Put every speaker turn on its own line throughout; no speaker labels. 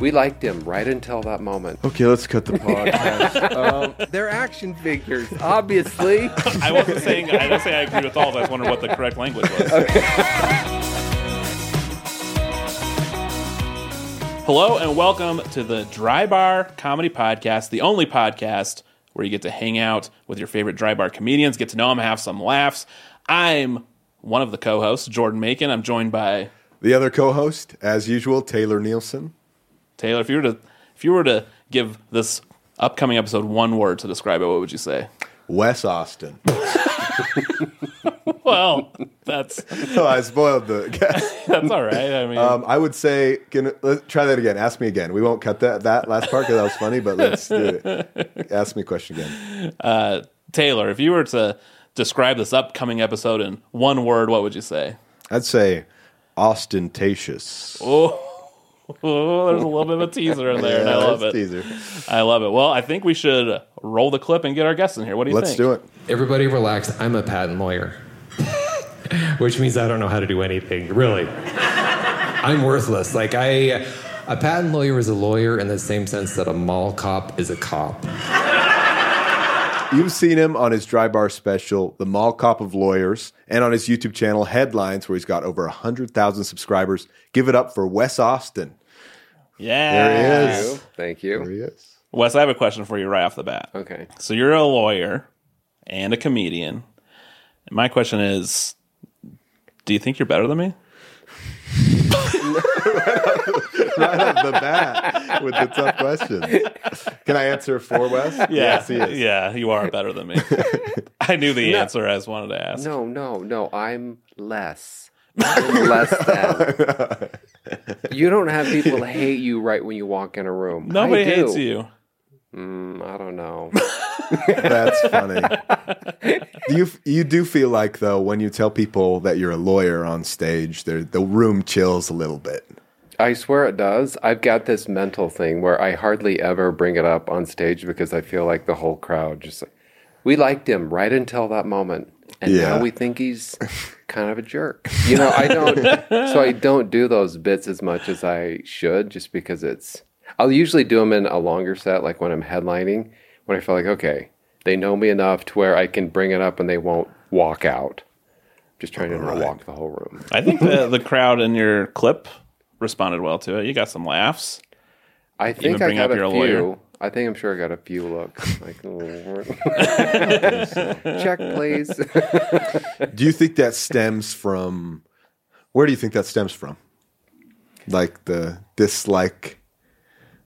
We liked him right until that moment.
Okay, let's cut the podcast. um,
They're action figures, obviously.
I wasn't saying I didn't say I agree with all of that. I was wondering what the correct language was. Hello and welcome to the Dry Bar Comedy Podcast, the only podcast where you get to hang out with your favorite dry bar comedians, get to know them, have some laughs. I'm one of the co-hosts, Jordan Macon. I'm joined by
the other co-host, as usual, Taylor Nielsen.
Taylor. If you were to if you were to give this upcoming episode one word to describe it, what would you say?
Wes Austin.
Well, that's
oh, I spoiled the guess.
that's all right. I mean,
Um, I would say, can, let's try that again. Ask me again. We won't cut that, that last part because that was funny, but let's do it. Ask me a question again.
Taylor, if you were to describe this upcoming episode in one word, what would you say?
I'd say ostentatious.
Oh, there's a little bit of a teaser in there, and
Yeah,
I love
that's
it.
teaser.
I love it. Well, I think we should roll the clip and get our guests in here. What do you
Let's
think?
do it.
Everybody relax. I'm a patent lawyer, which means I don't know how to do anything, really. I'm worthless. Like, I. A patent lawyer is a lawyer in the same sense that a mall cop is a cop.
You've seen him on his dry bar special, The Mall Cop of Lawyers, and on his YouTube channel, Headlines, where he's got over 100,000 subscribers. Give it up for Wes Austin.
Yeah.
There he
uh,
is.
Thank
There
you.
he is.
Wes, I have a question for you right off the bat.
Okay.
So you're a lawyer and a comedian. And my question is, do you think you're better than me?
Right off the bat with the tough question. Can I answer for Wes? Yes, he is.
Yeah, you are better than me. I knew the answer. I just wanted to ask.
No, no, no. I'm less. I'm less than. You don't have people hate you right when you walk in a room.
Nobody
I do.
hates you.
Mm, I don't know.
That's funny. Do you you do feel like though when you tell people that you're a lawyer on stage, they're- the room chills a little bit.
I swear it does. I've got this mental thing where I hardly ever bring it up on stage because I feel like the whole crowd just like, we liked him right until that moment. And
Yeah.
now we think he's kind of a jerk. You know, I don't, so I don't do those bits as much as I should just because it's, I'll usually do them in a longer set, like when I'm headlining, when I feel like, okay, they know me enough to where I can bring it up and they won't walk out. Just trying to not walk the whole room.
I think the, the crowd in your clip responded well to it. You got some laughs.
I think I
bring
got
up
a
your
few.
lawyer.
I think I'm sure I got a few looks. Like, check, please.
Do you think that stems from where do you think that stems from? Like the dislike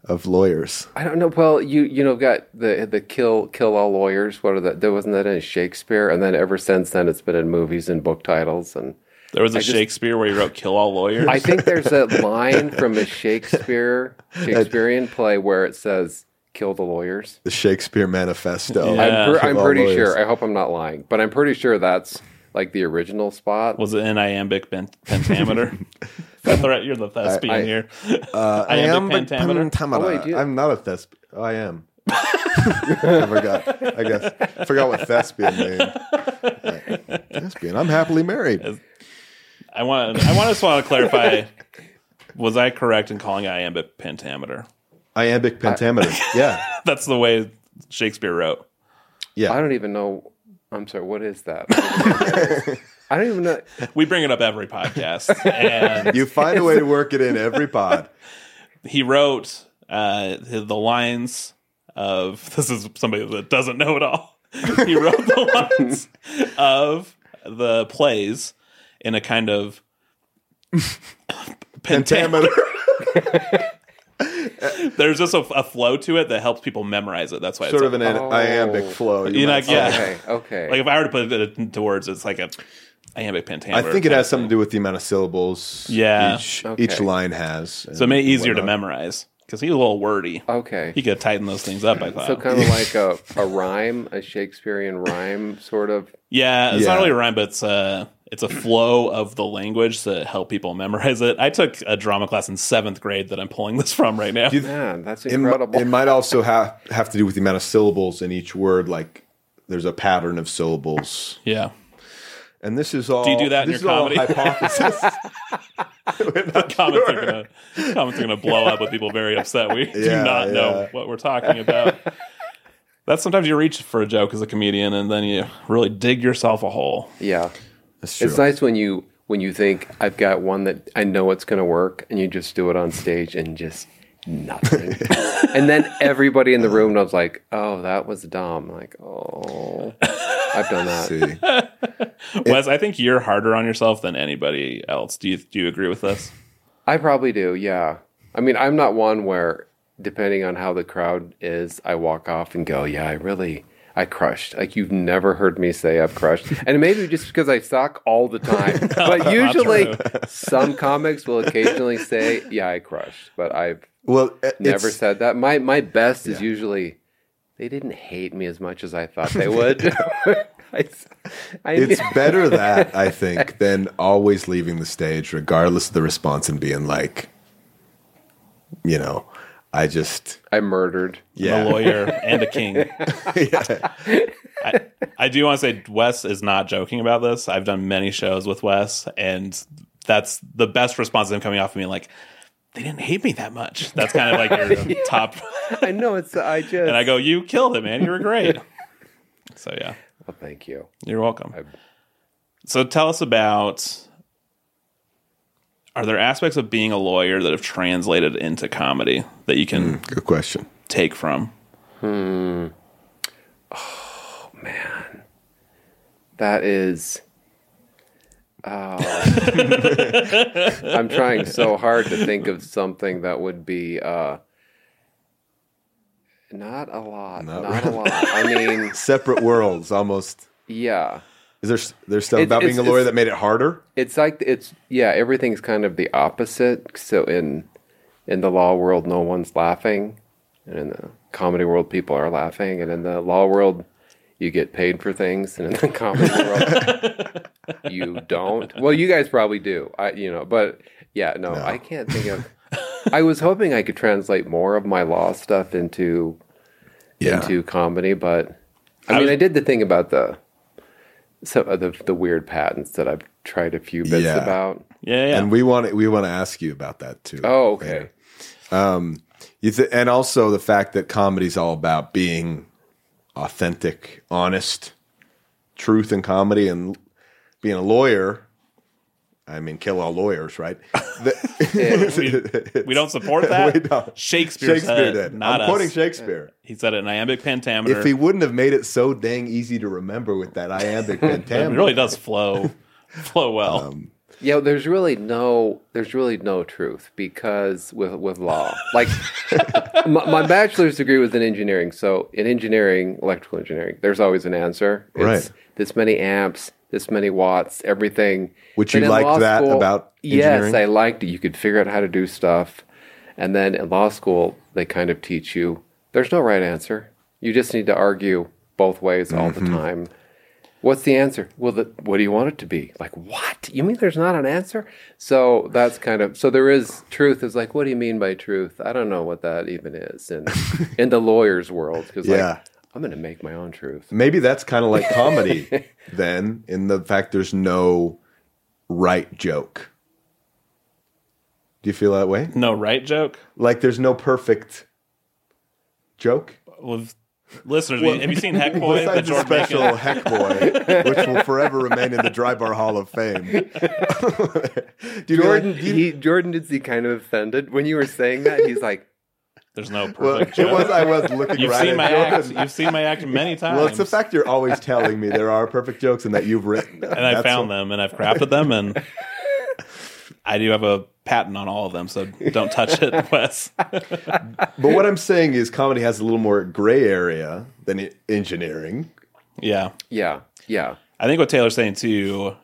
of lawyers.
I don't know. Well, you you know got the the kill kill all lawyers. What are that? There wasn't that in Shakespeare, and then ever since then it's been in movies and book titles. And
There was a Shakespeare where he wrote "Kill all lawyers."
I think there's a line from a Shakespeare Shakespearean play where it says "kill the lawyers."
The Shakespeare Manifesto.
Yeah.
I'm, per- I'm
Kill all
pretty
lawyers.
sure. I hope I'm not lying, but I'm pretty sure that's like the original spot.
was it in iambic pen- pentameter? That's all right, you're the thespian
I- uh,
here.
I am but
iambic pentameter.
Uh, pentameter.
Oh, wait, you-
I'm not a thespian. Oh, I am. I forgot. I guess I forgot what thespian means. Right. Thespian. I'm happily married.
I want. I want just want to clarify. Was I correct in calling it iambic pentameter?
Iambic pentameter. yeah.
That's the way Shakespeare wrote.
I
Yeah.
don't even know. I'm sorry. What is that? I don't even know.
We bring it up every podcast, and
You find a way to work it in every pod.
he wrote uh, the lines of. This is somebody that doesn't know it all. He wrote the lines of the plays in a kind of
Pentameter.
There's just a, a flow to it that helps people memorize it. That's why
sort
it's
of an
Oh.
iambic flow.
You know,
might
I guess-
say.
Okay. Okay.
like if I were to put it into words, it's like a iambic
I
pentameter.
think it has something to do with the amount of syllables
Yeah.
each,
Okay.
each line has.
so it made it easier to
memorize.
memorize because he's a little wordy.
Uh,
okay.
He could tighten those things up. I thought.
so kind of like a, a rhyme, a Shakespearean rhyme, sort of.
yeah, it's not
Yeah.
really a rhyme, but it's a it's a flow of the language to help people memorize it. I took a drama class in seventh grade that I'm pulling this from right now.
Man, that's
It mi-
incredible.
It, might also have have to do with the amount of syllables in each word. Like there's a pattern of syllables,
yeah,
And this is all.
you do that in
this
your
is all
comedy?
hypothesis. We're not
comments
sure.
are gonna comments are gonna blow up with people very upset. We do
Yeah,
not know
yeah.
what we're talking about. That's sometimes you reach for a joke as a comedian, and then you really dig yourself a hole.
Yeah.
That's true.
It's nice when you when you think I've got one that I know it's going to work, and you just do it on stage and just nothing, and then everybody in the room knows like, oh, that was dumb. Like, oh, I've done that.
See.
Wes, I think you're harder on yourself than anybody else. Do you do you agree with this?
I probably do. Yeah. I mean, I'm not one where depending on how the crowd is, I walk off and go, yeah, I really. I crushed. Like you've never heard me say I've crushed. And maybe just because I suck all the time. But usually some comics will occasionally say, Yeah, I crushed. But I've
Well, it-
never
it's-
said that. My my best is usually they didn't hate me as much as I thought they would. I, I,
It's better that I think than always leaving the stage, regardless of the response, and being like, you know, I just
I murdered.
yeah,
I'm a lawyer and a king. I, I do want to say Wes is not joking about this. I've done many shows with Wes, and that's the best response to him coming off of me like, they didn't hate me that much. That's kind of like your top.
I know it's I just
And I go, you killed it, man. You were great. so yeah,
oh, thank you.
you're welcome. So tell us about. Are there aspects of being a lawyer that have translated into comedy that you can
Good question.
take from?
That is oh. I'm trying so hard to think of something that would be uh not a lot. Not,
Not
a lot. I mean,
Separate worlds, almost.
yeah.
Is there there's stuff
It's-
about being a
it's-
lawyer
it's-
that made it harder?
it's like it's yeah everything's kind of the opposite so in in the law world no one's laughing and in the comedy world people are laughing and in the law world you get paid for things and in the comedy world you don't well you guys probably do i you know but yeah no, i can't think of i was hoping i could translate more of my law stuff into into comedy but i, mean
was-
i did the thing about the some of the, the weird patents that I've tried a few bits
Yeah.
about.
Yeah, yeah.
And we want to, we want to ask you about that too.
Oh, okay.
later. You th- and also the fact that comedy's all about being authentic, honest, truth in comedy, and being a lawyer. I mean, kill all lawyers, right? The-
we don't support that.
We don't.
Shakespeare,
Shakespeare
said,
did.
not
I'm
us.
quoting Shakespeare.
he said it in iambic pentameter.
If he wouldn't have made it so dang easy to remember with that iambic
it
pentameter,
really does flow, flow well.
Um,
Yeah, there's really no there's really no truth because with with law, like my, my bachelor's degree was in engineering. So in engineering, electrical engineering, there's always an answer. It's
Right.
This many amps, this many watts, everything.
Which
But
you
in
liked
law
that about
Yes,
engineering?
I liked it. You could figure out how to do stuff, and then in law school they kind of teach you there's no right answer. You just need to argue both ways all
Mm-hmm.
the time. What's the answer? Well, the, what do you want it to be? Like, what? You mean there's not an answer? So that's kind of so there is truth. Is like, what do you mean by truth? I don't know what that even is in in the lawyer's world because
Yeah.
like I'm going to make my own truth.
maybe that's kind of like comedy then in the fact there's no right joke do you feel that way
No right joke.
like there's no perfect joke
Well, listeners, have you seen Heck Boy? The
besides the
Jordan Bacon-
special heck boy which will forever remain in the dry bar hall of fame do you
Jordan,
know, do you-
he, Jordan did see kind of offended when you were saying that. He's like,
There's no
well,
perfect
it
joke.
was i was looking
You've
right
seen
at
my
Jordan.
act. You've seen my act many times.
well it's the fact you're always telling me there are perfect jokes and that you've written them.
and I
That's
found
what-
them and I've crafted them and I do have a patent on all of them, so don't touch it, Wes.
but what i'm saying is comedy has a little more gray area than e- engineering
yeah.
yeah, yeah.
I think what Taylor's saying too,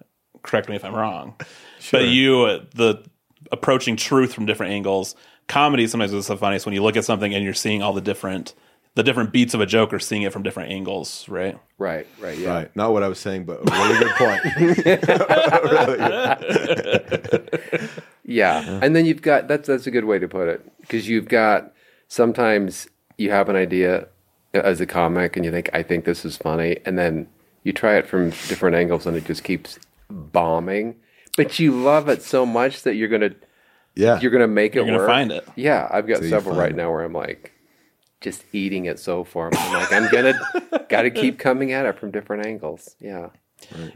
correct me if I'm wrong, but you, uh, the approaching truth from different angles, comedy sometimes is the funniest when you look at something and you're seeing all the different, the different beats of a joke or seeing it from different angles, right?
Right, right, yeah.
Right. Not what I was saying, but a really good point. Really good.
Yeah. And then you've got that's that's a good way to put it because you've got sometimes you have an idea uh, as a comic and you think I think this is funny and then you try it from different angles and it just keeps bombing, but you love it so much that you're gonna
Yeah.
you're gonna make it
You're gonna
work.
find it.
Yeah, I've got
Till you
several
find
right
it.
now where I'm like just eating it so far. I'm like, I'm gonna gotta keep coming at it from different angles. Yeah.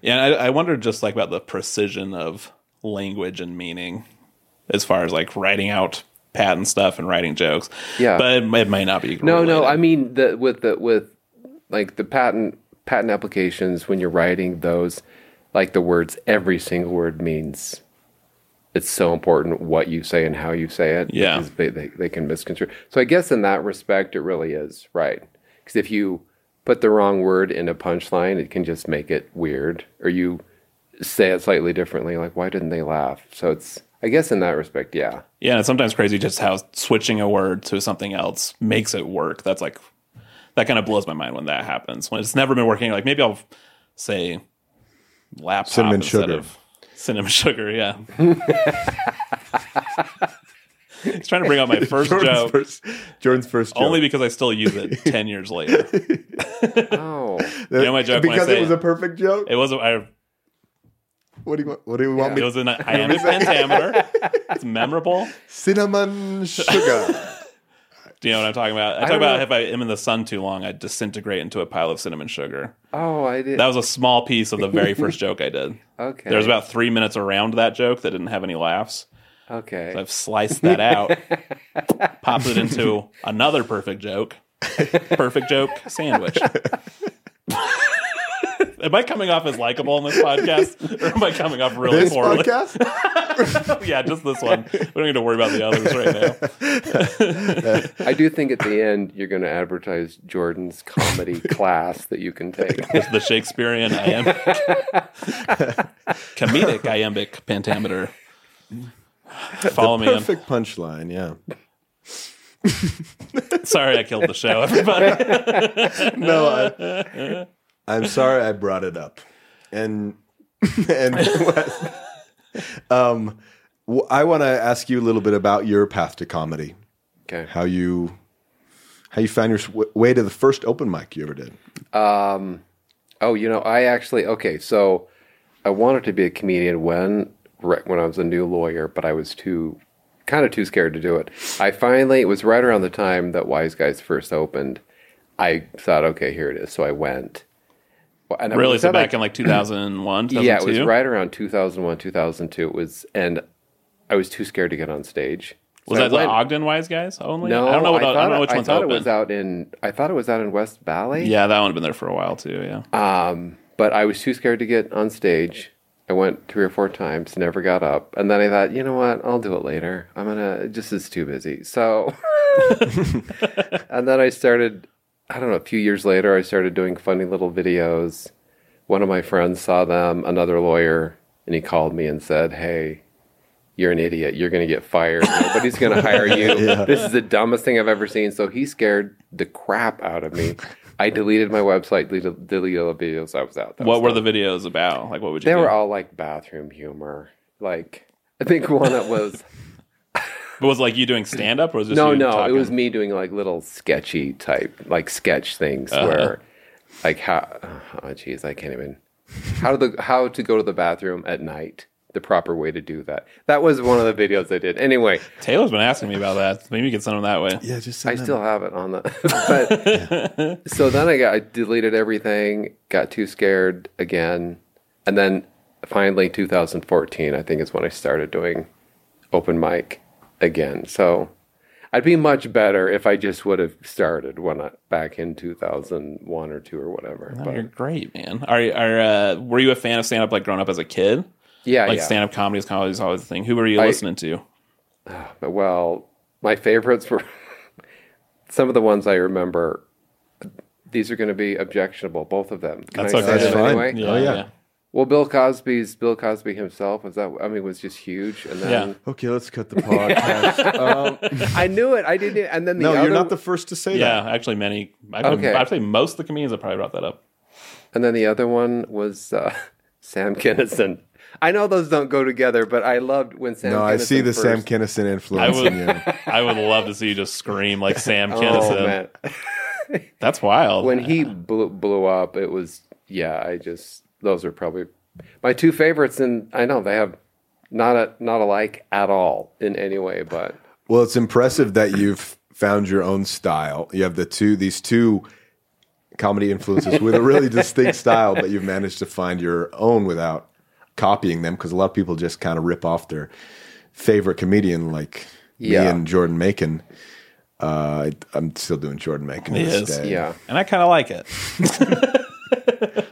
Yeah, and I, I wonder just like about the precision of language and meaning as far as like writing out patent stuff and writing jokes.
Yeah.
But it, it might not be.
No, no,
related.
I mean the with the with like the patent patent applications when you're writing those, like the words, every single word means. It's so important what you say and how you say it.
Yeah.
because they, they they can misconstrue. So I guess in that respect, it really is right because if you put the wrong word in a punchline, it can just make it weird, or you say it slightly differently. Like, why didn't they laugh? So it's I guess in that respect, yeah.
Yeah, and it's sometimes crazy just how switching a word to something else makes it work. That's like that kind of blows my mind when that happens. When it's never been working, like maybe I'll say laptop
Cinnamon
instead
sugar.
of cinnamon sugar. Yeah. He's trying to bring out my first
Jordan's
joke
first, Jordan's first joke.
only because I still use it ten years later.
Oh,
you
know my joke when I
because
say
it was
it.
a perfect joke.
It was a, I,
What do you want? What do you want
it
me?
was an iambic pentameter. It's memorable.
Cinnamon sugar.
Do you know what I'm talking about? I, talk
don't
about
know.
if I am in the sun too long, I disintegrate into a pile of cinnamon sugar.
oh, I did.
That was a small piece of the very first joke I did.
okay.
There was about three minutes around that joke that didn't have any laughs.
okay.
I've sliced that out, popped it into another perfect joke, perfect joke sandwich. am I coming off as likable on this podcast, or am I coming off really
this
poorly?
podcast.
yeah, just this one. We don't need to worry about the others right now.
I do think at the end you're going to advertise Jordan's comedy class that you can take.
It's the Shakespearean iambic, comedic iambic pentameter. Follow me on
Perfect punchline. Yeah.
Sorry, I killed the show, everybody.
No, I, I'm sorry I brought it up. And and um, w- I want to ask you a little bit about your path to comedy.
Okay.
How you how you found your s- w- way to the first open mic you ever did?
Oh, you know, I actually okay. So I wanted to be a comedian when right when I was a new lawyer, but I was too kind of too scared to do it. I finally it was right around the time that Wise Guys first opened. I thought, okay, here it is. So I went. Well, and I
really?
was
So
at,
back in like 2001, 2002?
yeah, it was right around 2001, 2002. It was, and I was too scared to get on stage.
Was
So I
that the
went.
Ogden Wise guys only? I don't know. What, I,
thought
don't know
it-
which
I
one's
thought
open.
It was out in, I thought it was out in West Valley.
yeah, that one had been there for a while too. Yeah,
But I was too scared to get on stage. I went three or four times, never got up. And then I thought, you know what? I'll do it later. I'm going to, just is too busy. So, and then I started, I don't know, a few years later, I started doing funny little videos. One of my friends saw them, another lawyer, and he called me and said, hey, you're an idiot. You're going to get fired. Nobody's going to hire you. This is the dumbest thing I've ever seen. So he scared the crap out of me. I deleted my website, deleted, deleted all the videos I was out. That
what
was
were the videos about? Like, what would you?
They
do?
were all like bathroom humor. Like, I think one that was,
But was it, like you doing stand up, or was it just
no,
you
no,
Talking?
it was me doing like little sketchy type, like sketch things
Uh-huh.
where, like, how, oh, geez, I can't even, how to, the, how to go to the bathroom at night, the proper way to do that. That was one of the videos I did. Anyway.
Taylor's been asking me about that. Maybe you could send him that way.
Yeah, just
I still have it on the. but so then I got I deleted everything, got too scared again, and then finally 2014 I think is when I started doing open mic again. So I'd be much better if I just would have started when I, back in 2001 or two or whatever.
Oh,
But
You're great, man. Are you- are uh, were you a fan of stand up like growing up as a kid?
yeah,
Like
yeah.
stand up comedy is comedy is always a thing. Who were you
I-
listening to?
Well, my favorites were some of the ones I remember. These are going to be objectionable, both of them. Can
That's
I say
okay.
them
That's fine.
anyway?
Oh, yeah.
Well, Bill Cosby's Bill Cosby himself was that I mean was just huge, and then
Okay, let's cut the podcast. um,
I knew it. I didn't, and then the
no,
other,
you're not the first to say
Yeah, actually, many. I've been-
Okay.
I'd say most of the comedians have probably brought that up.
and then the other one was uh, Sam Kinison. I know those don't go together, but I loved when Sam.
that. No, I see
Kinison
the
first-
Sam Kinison
I
influence
would,
in you.
I would love to see you just scream like Sam
Oh
Kinison.
man,
That's wild.
when he blew, blew up, it was yeah. I just those are probably my two favorites, and I know they have not a not alike at all in any way, but
Well, it's impressive that you've found your own style. You have the two these two comedy influences with a really distinct style, but you've managed to find your own without copying them because a lot of people just kind of rip off their favorite comedian like me
Yeah.
and Jordan Macon. Uh, I, I'm still doing Jordan Macon to
Yes.
this day.
yeah.
And I kind of like it.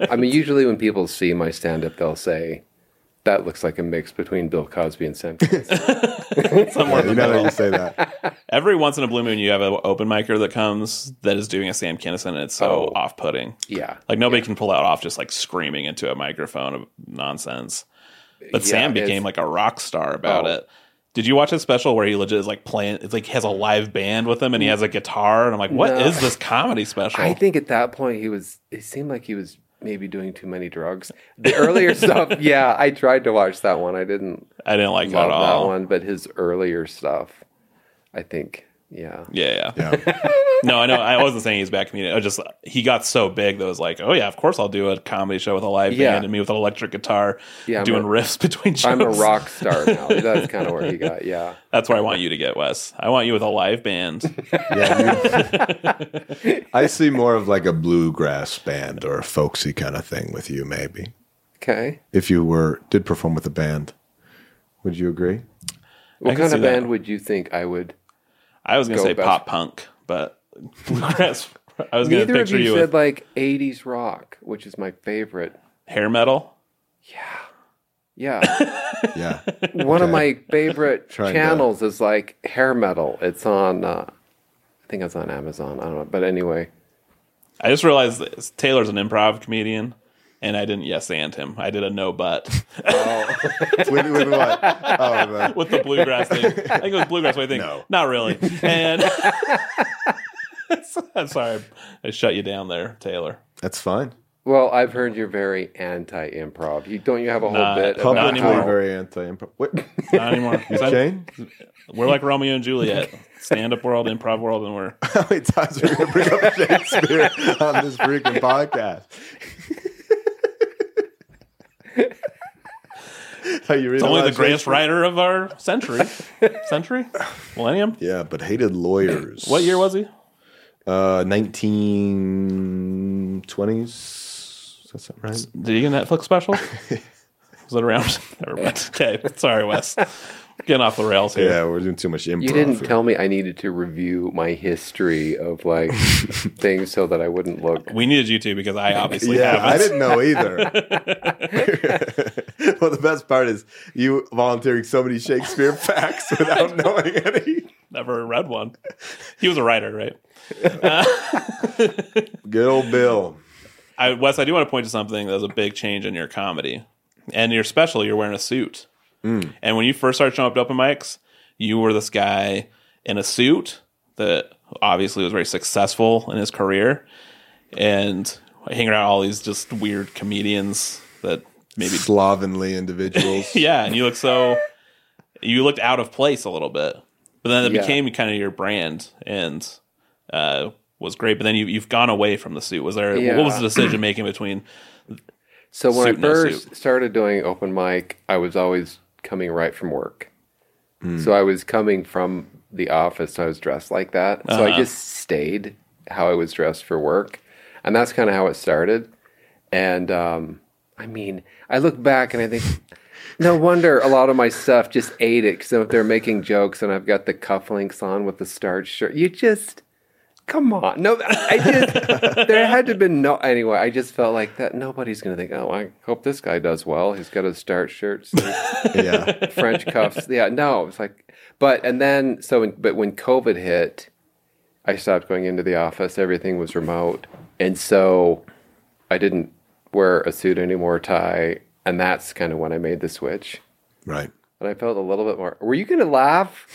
I mean, usually when people see my stand up, they'll say, that looks like a mix between Bill Cosby and Sam. Kinison."
Yeah, you know that you say that.
Every once in a blue moon, you have an open micer that comes that is doing a Sam Kinison, and it's so
Oh.
off putting.
yeah.
Like nobody can pull that off just like screaming into a microphone of nonsense. But
Yeah,
Sam
it's-
became like a rock star about
Oh.
it. Did you watch his special where he legit is like playing? It's like he has a live band with him and he has a guitar. And I'm like, what is
No.
this comedy special?
I think at that point, he was, it seemed like he was maybe doing too many drugs. The earlier stuff, yeah, I tried to watch that one. I didn't
I didn't like it
love
at
that
all.
one, but his earlier stuff, I think, yeah.
Yeah, yeah.
Yeah.
no, I know. I wasn't saying he's a bad comedian. I just he got so big that it was like, oh yeah, of course I'll do a comedy show with a live
Yeah.
band and me with an electric guitar,
Yeah, I'm
doing
a-
riffs between shows.
I'm a rock star now. That's kind of where he got, yeah.
That's where I want you to get, Wes. I want you with a live band.
I see more of like a bluegrass band or a folksy kind of thing with you, maybe.
Okay.
If you were did perform with a band, would you agree?
What
can
kind
see
of
that.
band would you think I would?
I was gonna
Go
say
best.
pop punk, but bluegrass. I was gonna
Neither of
picture
you,
you
said
with
like 80s rock, which is my favorite.
hair metal.
Yeah.
Yeah.
one of my favorite
Trying to-
channels is like hair metal. It's on, uh, I think it's on Amazon. I don't know, but anyway,
I just realized that Taylor's an improv comedian, and I didn't yes and him. I did a no but
with, with what? Oh, the-
with the bluegrass thing. I think it was bluegrass. What do you think?
No.
Not really. And I'm sorry, I shut you down there, Taylor.
that's fine.
well, I've heard you're very anti-improv. You don't you have a whole
Not-
bit
not
about
Publicly
anymore.
how,
very anti-improv. What?
Not anymore. 'Cause I'm-
Shane?
We're like Romeo and Juliet, stand up world, improv world, and we're
How many times are we going to bring up Shakespeare on this freaking podcast? Are you
it's only the greatest writer of our century, century, millennium.
Yeah, but hated lawyers.
What year was he?
Uh, 1920s. Does that sound right?
Did he get a Netflix special? Was it around? Never mind. Okay, sorry, Wes. Getting off the rails here.
Yeah, we're doing too much improv.
you didn't
here.
tell me I needed to review my history of like things so that I wouldn't look.
We needed you to because I obviously
Yeah, I didn't
haven't.
know either. well, the best part is you volunteering so many Shakespeare facts without knowing any.
Never read one. He was a writer, right?
Good old Bill.
I, Wes, I do want to point to something that was a big change in your comedy and your special. You're wearing a suit,
Hmm.
and when you first started showing up to open mics, you were this guy in a suit that obviously was very successful in his career, and hanging around all these just weird comedians that maybe
Slovenly individuals.
yeah, and you look so you looked out of place a little bit, but then it
Yeah.
became kind of your brand and uh, was great. But then you you've gone away from the suit. Was there what was
Yeah.
the decision making between?
So when
Suit,
I
no
first
suit.
started doing open mic, I was always coming right from work.
Hmm.
So I was coming from the office. So I was dressed like that. So
Uh-huh.
I just stayed how I was dressed for work, and that's kind of how it started. And um, I mean, I look back and I think, no wonder a lot of my stuff just ate it because if they're making jokes and I've got the cufflinks on with the starched shirt, you just come on. Uh, No, I just there had to have been no anyway. I just felt like that nobody's gonna think. Oh, I hope this guy does well. He's got his starched shirt,
yeah.
French cuffs. Yeah, no, it's like, but and then so when, but when COVID hit, I stopped going into the office. Everything was remote, and so I didn't wear a suit anymore, tie, and that's kind of when I made the switch.
Right.
And I felt a little bit more. Were you gonna laugh?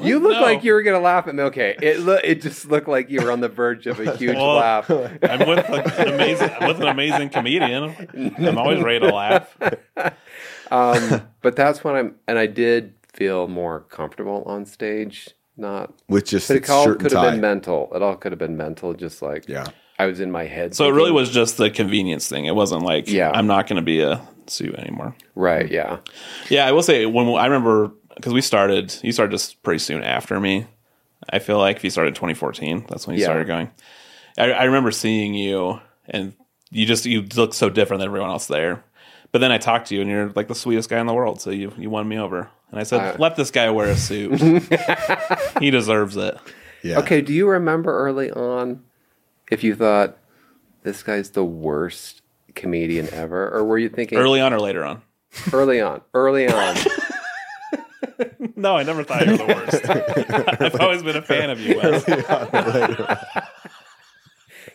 you look
No.
like you were gonna laugh at me. Okay, it lo- it just looked like you were on the verge of a huge
Well,
laugh.
I'm with an amazing I'm with an amazing comedian. I'm always ready to laugh.
But that's when I'm, and I did feel more comfortable on stage. Not,
With just
but it
its
all
shirt and
could have
tie.
been mental. It all could have been mental. Just like
Yeah.
I was in my head.
So it
thinking,
really was just the convenience thing. It wasn't like
Yeah.
I'm not going to be a suit anymore.
Right. Yeah.
Yeah, I will say when I remember because we started, you started just pretty soon after me. I feel like if you started 2014, that's when you
Yeah.
started going. I, I remember seeing you, and you just you look so different than everyone else there. But then I talked to you, and you're like the sweetest guy in the world. So you you won me over. And I said, let this guy wear a suit. he deserves it.
Yeah.
Okay. Do you remember early on if you thought this guy's the worst comedian ever, or were you thinking
Early on or later on?
early on, early on?
No, I never thought you were the worst. I've always been a fan of you. Wes.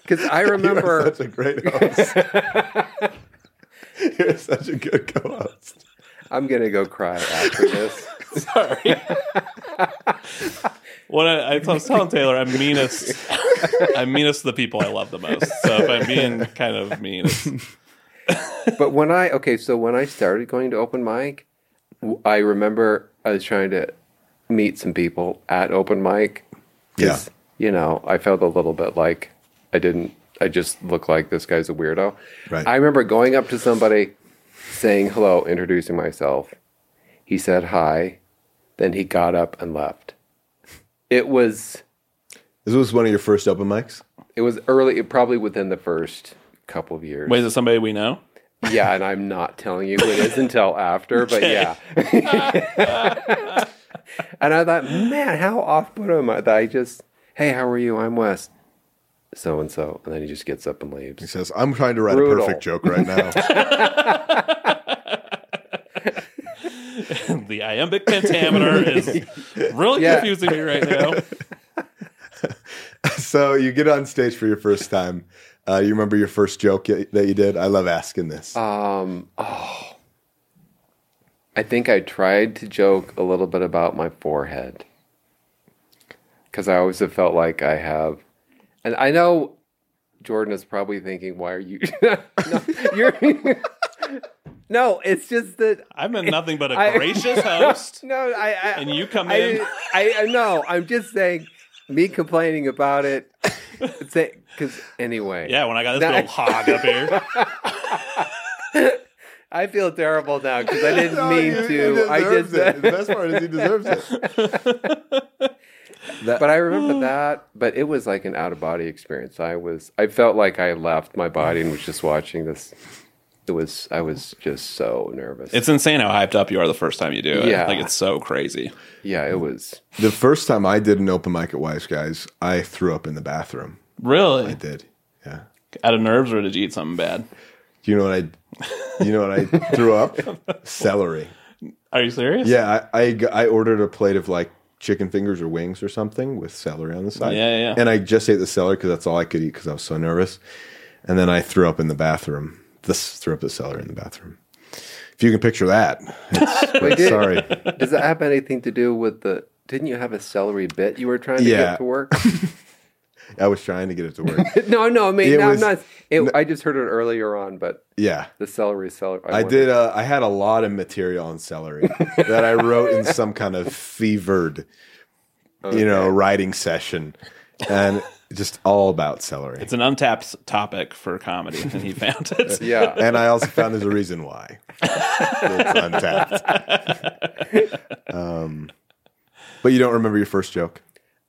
Because I
You're
remember
such a great host. You're such a good co-host.
I'm gonna go cry after this.
Sorry. what I, I was telling Taylor, I'm meanest. I'm meanest to the people I love the most. So if I'm being kind of mean, it's,
But when I okay, so when I started going to open mic, w- I remember I was trying to meet some people at open mic.
Yeah.
You know, I felt a little bit like I didn't. I just look like this guy's a weirdo.
Right.
I remember going up to somebody, saying hello, introducing myself. He said hi, then he got up and left. It was
This was one of your first open mics.
it was early, it probably within the first couple of years.
wait, is it somebody we know?
Yeah, and I'm not telling you who it is until after, but yeah. and I thought, man, how off put am I that I just, hey, how are you? I'm Wes. So and so. And then he just gets up and
He
leaves.
says, "I'm trying to write a
Brutal.
perfect joke right now."
The iambic pentameter is really
Yeah.
confusing me right now.
so you get on stage for your first time. Uh, you remember your first joke y- that you did? I love asking this.
Ah. Um, oh. I think I tried to joke a little bit about my forehead because I always have felt like I have. And I know Jordan is probably thinking, why are you. no, you're. no, it's just that.
I've been nothing but a
I-
gracious host,
No, I, I
and you come in.
I, I, I no, I'm just saying, me complaining about it, because anyway,
yeah, when I got this
That-
little hog up here,
I feel terrible now because I didn't
No,
mean
he- he
to. I
deserves
just,
it. The best part is he deserves it.
but I remember that. But it was like an out of body experience. I was, I felt like I left my body and was just watching this. It was, I was just so nervous.
it's insane how hyped up you are the first time you do it.
Yeah.
like it's so crazy.
yeah, it was.
The first time I did an open mic at Wise Guys, I threw up in the bathroom.
Really,
I did. Yeah.
out of nerves, or did you eat something bad?
Do you know what I? You know what I threw up? Celery.
Are you serious?
Yeah, I, I g- I ordered a plate of like chicken fingers or wings or something with celery on the side.
Yeah, yeah, yeah.
And I just ate the celery because that's all I could eat because I was so nervous. And then I threw up in the bathroom. This threw up the celery in the bathroom. If you can picture that, it's-
Wait, did-
sorry.
Does that have anything to do with the? Didn't you have a celery bit you were trying to
Yeah.
get to work?
I was trying to get it to work.
no, no, I mean,
It
no,
was-
I'm not. It, I just heard it earlier on, but
Yeah.
the celery, celery.
I
wonder-
did. Uh, I had a lot of material on celery that I wrote in some kind of fevered, you know, writing session, and just all about celery.
It's an untapped topic for comedy, and he found it.
Yeah.
and I also found there's a reason why it's untapped. um, but you don't remember your first joke?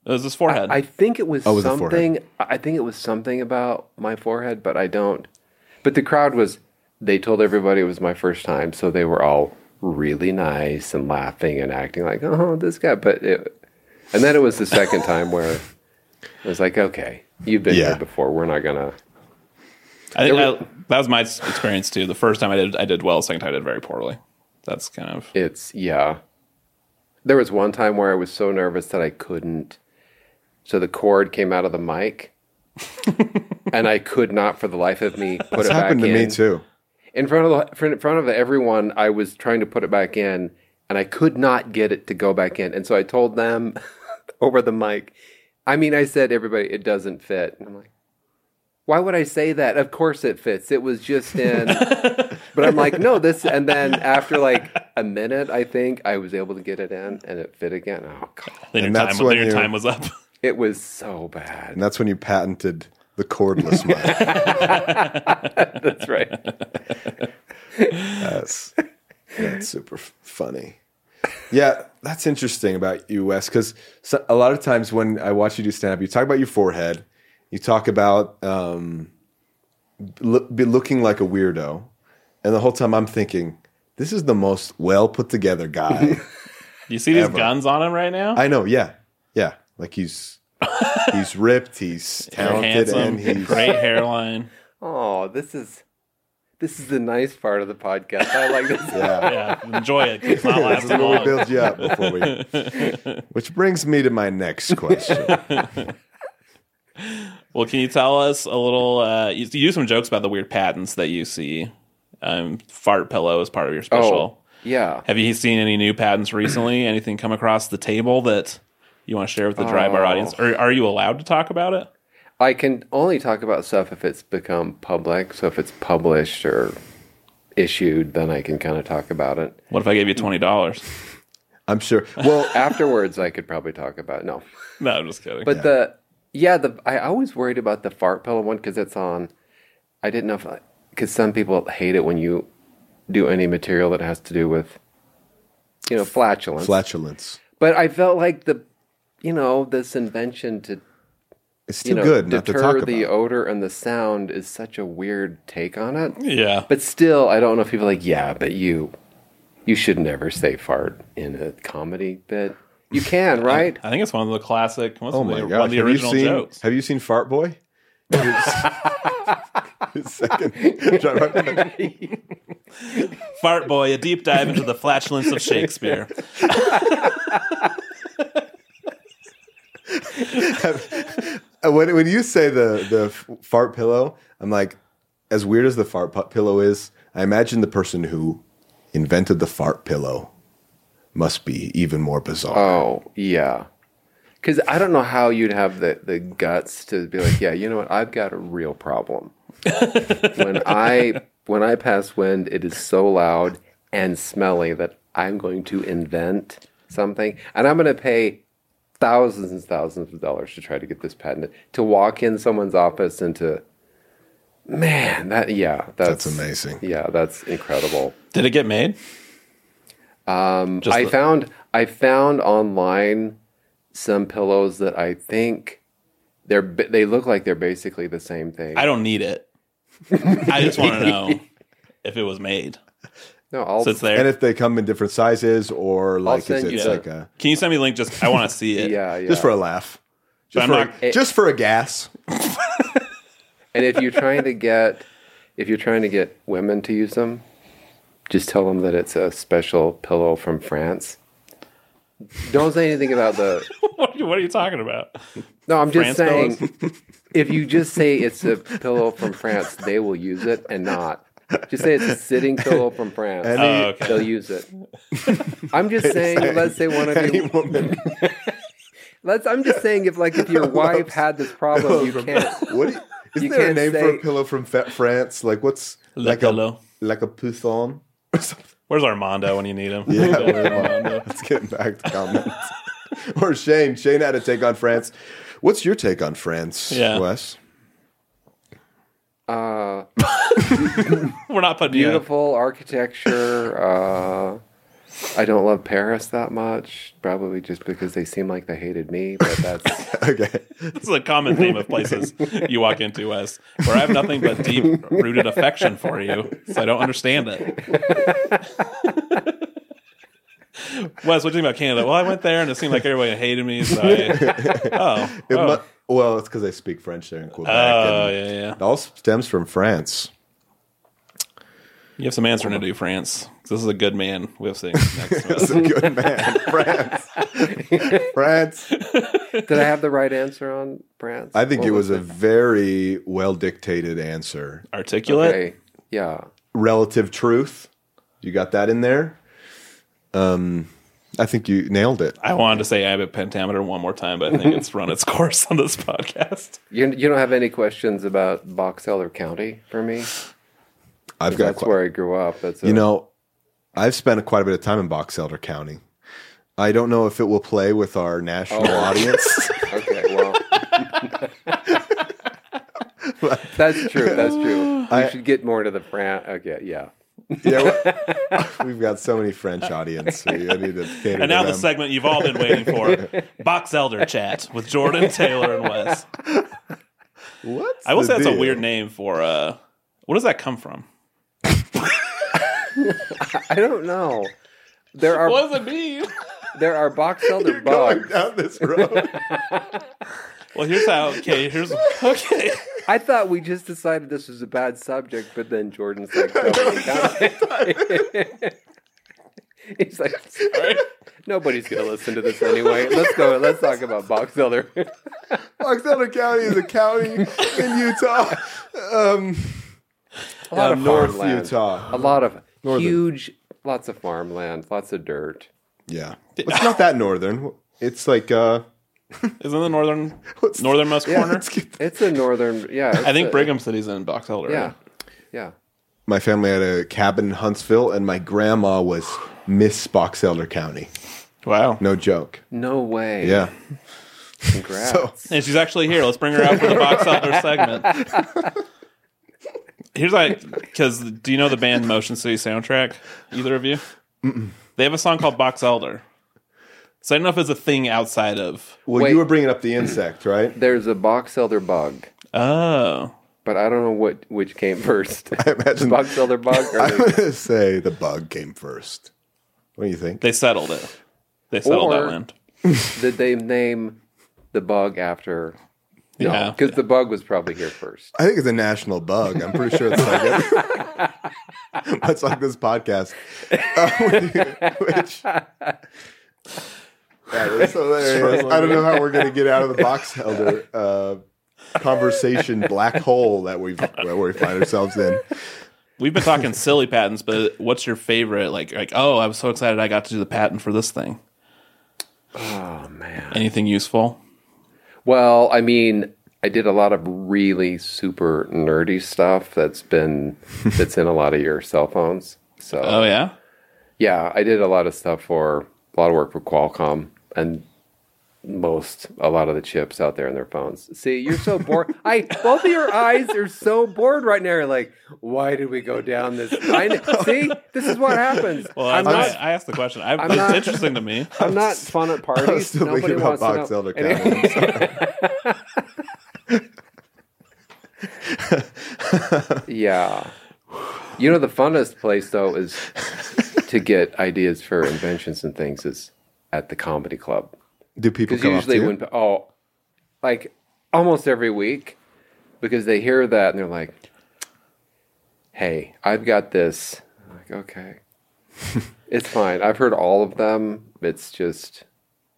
It was his forehead.
I think it was
was Oh, the
something. I think it was something about my forehead, but I don't. But the crowd was. They told everybody it was my first time, so they were all really nice and laughing and acting like, "Oh, this guy." But it, and then it was the second time where it was like, "Okay, you've been
Yeah.
here before. We're not gonna."
I think
There
I, that was my s- experience too. The first time I did, I did well. The second time I did very poorly. That's kind of
It's yeah. There was one time where I was so nervous that I couldn't. So the cord came out of the mic, and I could not, for the life of me, put it
It's
back
happened to
in.
me too.
in front of the, fr- in front of everyone. I was trying to put it back in, and I could not get it to go back in. And so I told them over the mic. I mean, I said, "Everybody, it doesn't fit." And I'm like, "Why would I say that? Of course it fits. It was just in." but I'm like, "No, this." And then after like a minute, I think I was able to get it in, and it fit again. Oh god,
then your,
And
time,
that's
then
when
your
you-
time was up.
it was so bad.
And that's when you patented the cordless mic.
That's right.
That's that's super f- funny. Yeah, that's interesting about you, Wes, because so, a lot of times when I watch you do stand up, you talk about your forehead, you talk about um, lo- be looking like a weirdo, and the whole time I'm thinking, this is the most well put together guy.
You see these
Ever.
guns on him right now?
I know, yeah, yeah, like he's he's ripped, he's
They're
talented,
handsome,
and he's
great hairline.
Oh, this is this is the nice part of the podcast. I like this.
yeah.
Yeah, enjoy it. 'cause It's not
This is
lasting
where we
long.
build you up before we. Which brings me to my next question.
Well, can you tell us a little? Uh, you, you do some jokes about the weird patents that you see. Um, fart pillow is part of your special.
Oh, yeah.
Have you seen any new patents recently? Anything come across the table that you want to share with the dry bar audience? Or are you allowed to talk about it?
I can only talk about stuff if it's become public. So if it's published or issued, then I can kind of talk about it.
What if I gave you twenty dollars?
I'm sure. Well,
Afterwards, I could probably talk about it. No.
No, I'm just kidding.
But the yeah, the I always worried about the fart pillow one because it's on. I didn't know if because some people hate it when you do any material that has to do with you know flatulence.
flatulence.
but I felt like the you know this invention to
It's too
you know
good not to
deter
talk about.
the odor and the sound is such a weird take on it.
yeah,
But still, I don't know if people are like yeah, but you you should never say fart in a comedy bit. You can, right?
I think it's one of the classic. What's
oh
the-
my
one
gosh!
of the
have you
original
seen?
jokes.
Have you seen Fart Boy? His- his second. John Rock-
Fart Boy, a deep dive into the flatulence of Shakespeare.
Uh, when when you say the the f- fart pillow, I'm like, as weird as the fart pu- pillow is, I imagine the person who invented the fart pillow must be even more bizarre.
Oh yeah, because I don't know how you'd have the the guts to be like, yeah, you know what? I've got a real problem. when I when I pass wind, it is so loud and smelly that I'm going to invent something, and I'm going to pay thousands and thousands of dollars to try to get this patented. To walk in someone's office and to man, that yeah, that's,
That's amazing.
Yeah, that's incredible.
Did it get made? Um, Just
I
the-
found I found online some pillows that I think they're ba- they look like they're basically the same thing.
I don't need it. I just want to know if it was made.
no, I'll,
So it's there.
And if they come in different sizes, or like, is
send
it
you
like
the-
a
Can you send me a link? Just I want to see it.
yeah, yeah.
just for a laugh, just
I'm
for,
not- Oh,
a, just for a gas?
and if you're trying to get if you're trying to get women to use them, just tell them that it's a special pillow from France. Don't say anything about the.
what, are you, what are you talking about?
No, I'm just
France
saying. If you just say it's a pillow from France, they will use it and not. Just say it's a sitting pillow from France.
Any,
Oh, okay.
They'll use it. I'm just saying, let's say one of
any
you.
woman.
Let's. I'm just saying, if like if your wife had this problem, you can't.
What do you, isn't
You
there
can't
a name for a
say-
pillow from fa- France? Like what's
Le
like
pillow.
a like a Python or something?
Where's Armando when you need him?
Yeah,
Where's
where am I?
Armando?
let's get back to comments. or Shane. Shane had a take on France. What's your take on France,
Yeah.
Wes?
Uh,
We're not putting you.
beautiful architecture. Uh, I don't love Paris that much, probably just because they seem like they hated me. But that's
Okay.
This is a common theme of places you walk into, Wes, where I have nothing but deep rooted affection for you. So I don't understand it. Wes, what do you think about Canada? Well, I went there and it seemed like everybody hated me. So I, oh,
It
oh,
mu- well, it's because I speak French there in Quebec.
Oh,
and
yeah, yeah.
It all stems from France.
You have some answering to do, France. This is a good man we have seen next to
That's
us.
a good man. France. France.
did I have the right answer on France?
I think
What
it was a very well dictated answer.
Articulate.
Okay. Yeah.
relative truth. You got that in there. Um, I think you nailed it.
I wanted to say Abbott Pentameter one more time, but I think it's run its course on this podcast.
You, you don't have any questions about Box Elder County for me?
I've got
That's
quite,
where I grew up. That's a,
you know, I've spent quite a bit of time in Box Elder County. I don't know if it will play with our national audience.
Okay, well. that's true. That's true. We
I-
should get more to the Fran. Okay, yeah.
Yeah, we- we've got so many French audience. We, I need to cater
And
to
now the
them.
segment you've all been waiting for Box Elder Chat with Jordan, Taylor, and Wes.
What?
I will say that's a weird name for uh what does that come from?
I don't know. There are
What does it mean?
there are box elder
Going
bugs.
down this road.
Well here's how okay, here's okay.
I thought we just decided this was a bad subject, but then Jordan's like, nobody got it. he's like,
Right?
nobody's gonna listen to this anyway. Let's go. Let's talk about box elder.
Oxnard County is a county in Utah. Um,
a lot of
North
farmland.
Utah.
A lot of
Northern.
huge, lots of farmland, lots of dirt.
Yeah. It's not that northern. It's like, uh,
Isn't the northern
What's-
northernmost corner?
let's get-
It's a northern. Yeah,
I
it's
think
a-
Brigham City's in Box Elder.
Yeah,
right?
yeah.
my family had a cabin in Huntsville, and my grandma was Miss Box Elder County.
Wow.
No joke.
No way.
Yeah. Oh.
Congrats.
So,
And she's actually here. Let's bring her out for the box elder segment. Here's like, because do you know the band Motion City Soundtrack? Either of you? They have a song called Box Elder. So I don't know if it's a thing outside of.
well,
Wait.
you were bringing up the insect, right?
There's a box elder bug,
Oh,
but I don't know what which came first.
I imagine.
box elder bug. Or
I'm
the-
going to say the bug came first. What do you think?
they settled it. They settled
Or-
that land.
did they name the bug after?
Yeah.
Because the bug was probably here first.
I think it's a national bug. I'm pretty sure it's like it. Much like this podcast. Uh, which, Yeah, that's hilarious. I don't know how we're going to get out of the box elder uh, conversation black hole that we've where we find ourselves in.
We've been talking silly patents, but what's your favorite? Like, like, oh, I was so excited I got to do the patent for this thing.
Oh man.
Anything useful?
Well, I mean, I did a lot of really super nerdy stuff that's been that's in a lot of your cell phones. So
Oh yeah,
yeah, I did a lot of stuff for a lot of work for Qualcomm and most a lot of the chips out there in their phones. See, you're so bored. I both of your eyes are so bored right now. You're like, why did we go down this? I know. See, this is what happens.
well,
I'm
I,
not.
I asked the question. I, it's
not-
interesting to me.
I'm not fun at
I was
parties.
still
Nobody
thinking about
wants
box
to know.
elder county. I'm sorry.
Yeah. You know the funnest place though is to get ideas for inventions and things is at the comedy club.
Do people
Because
come
usually
up to
when
you?
oh, like almost every week, because they hear that and they're like, "Hey, I've got this." I'm like, okay, it's fine. I've heard all of them. It's just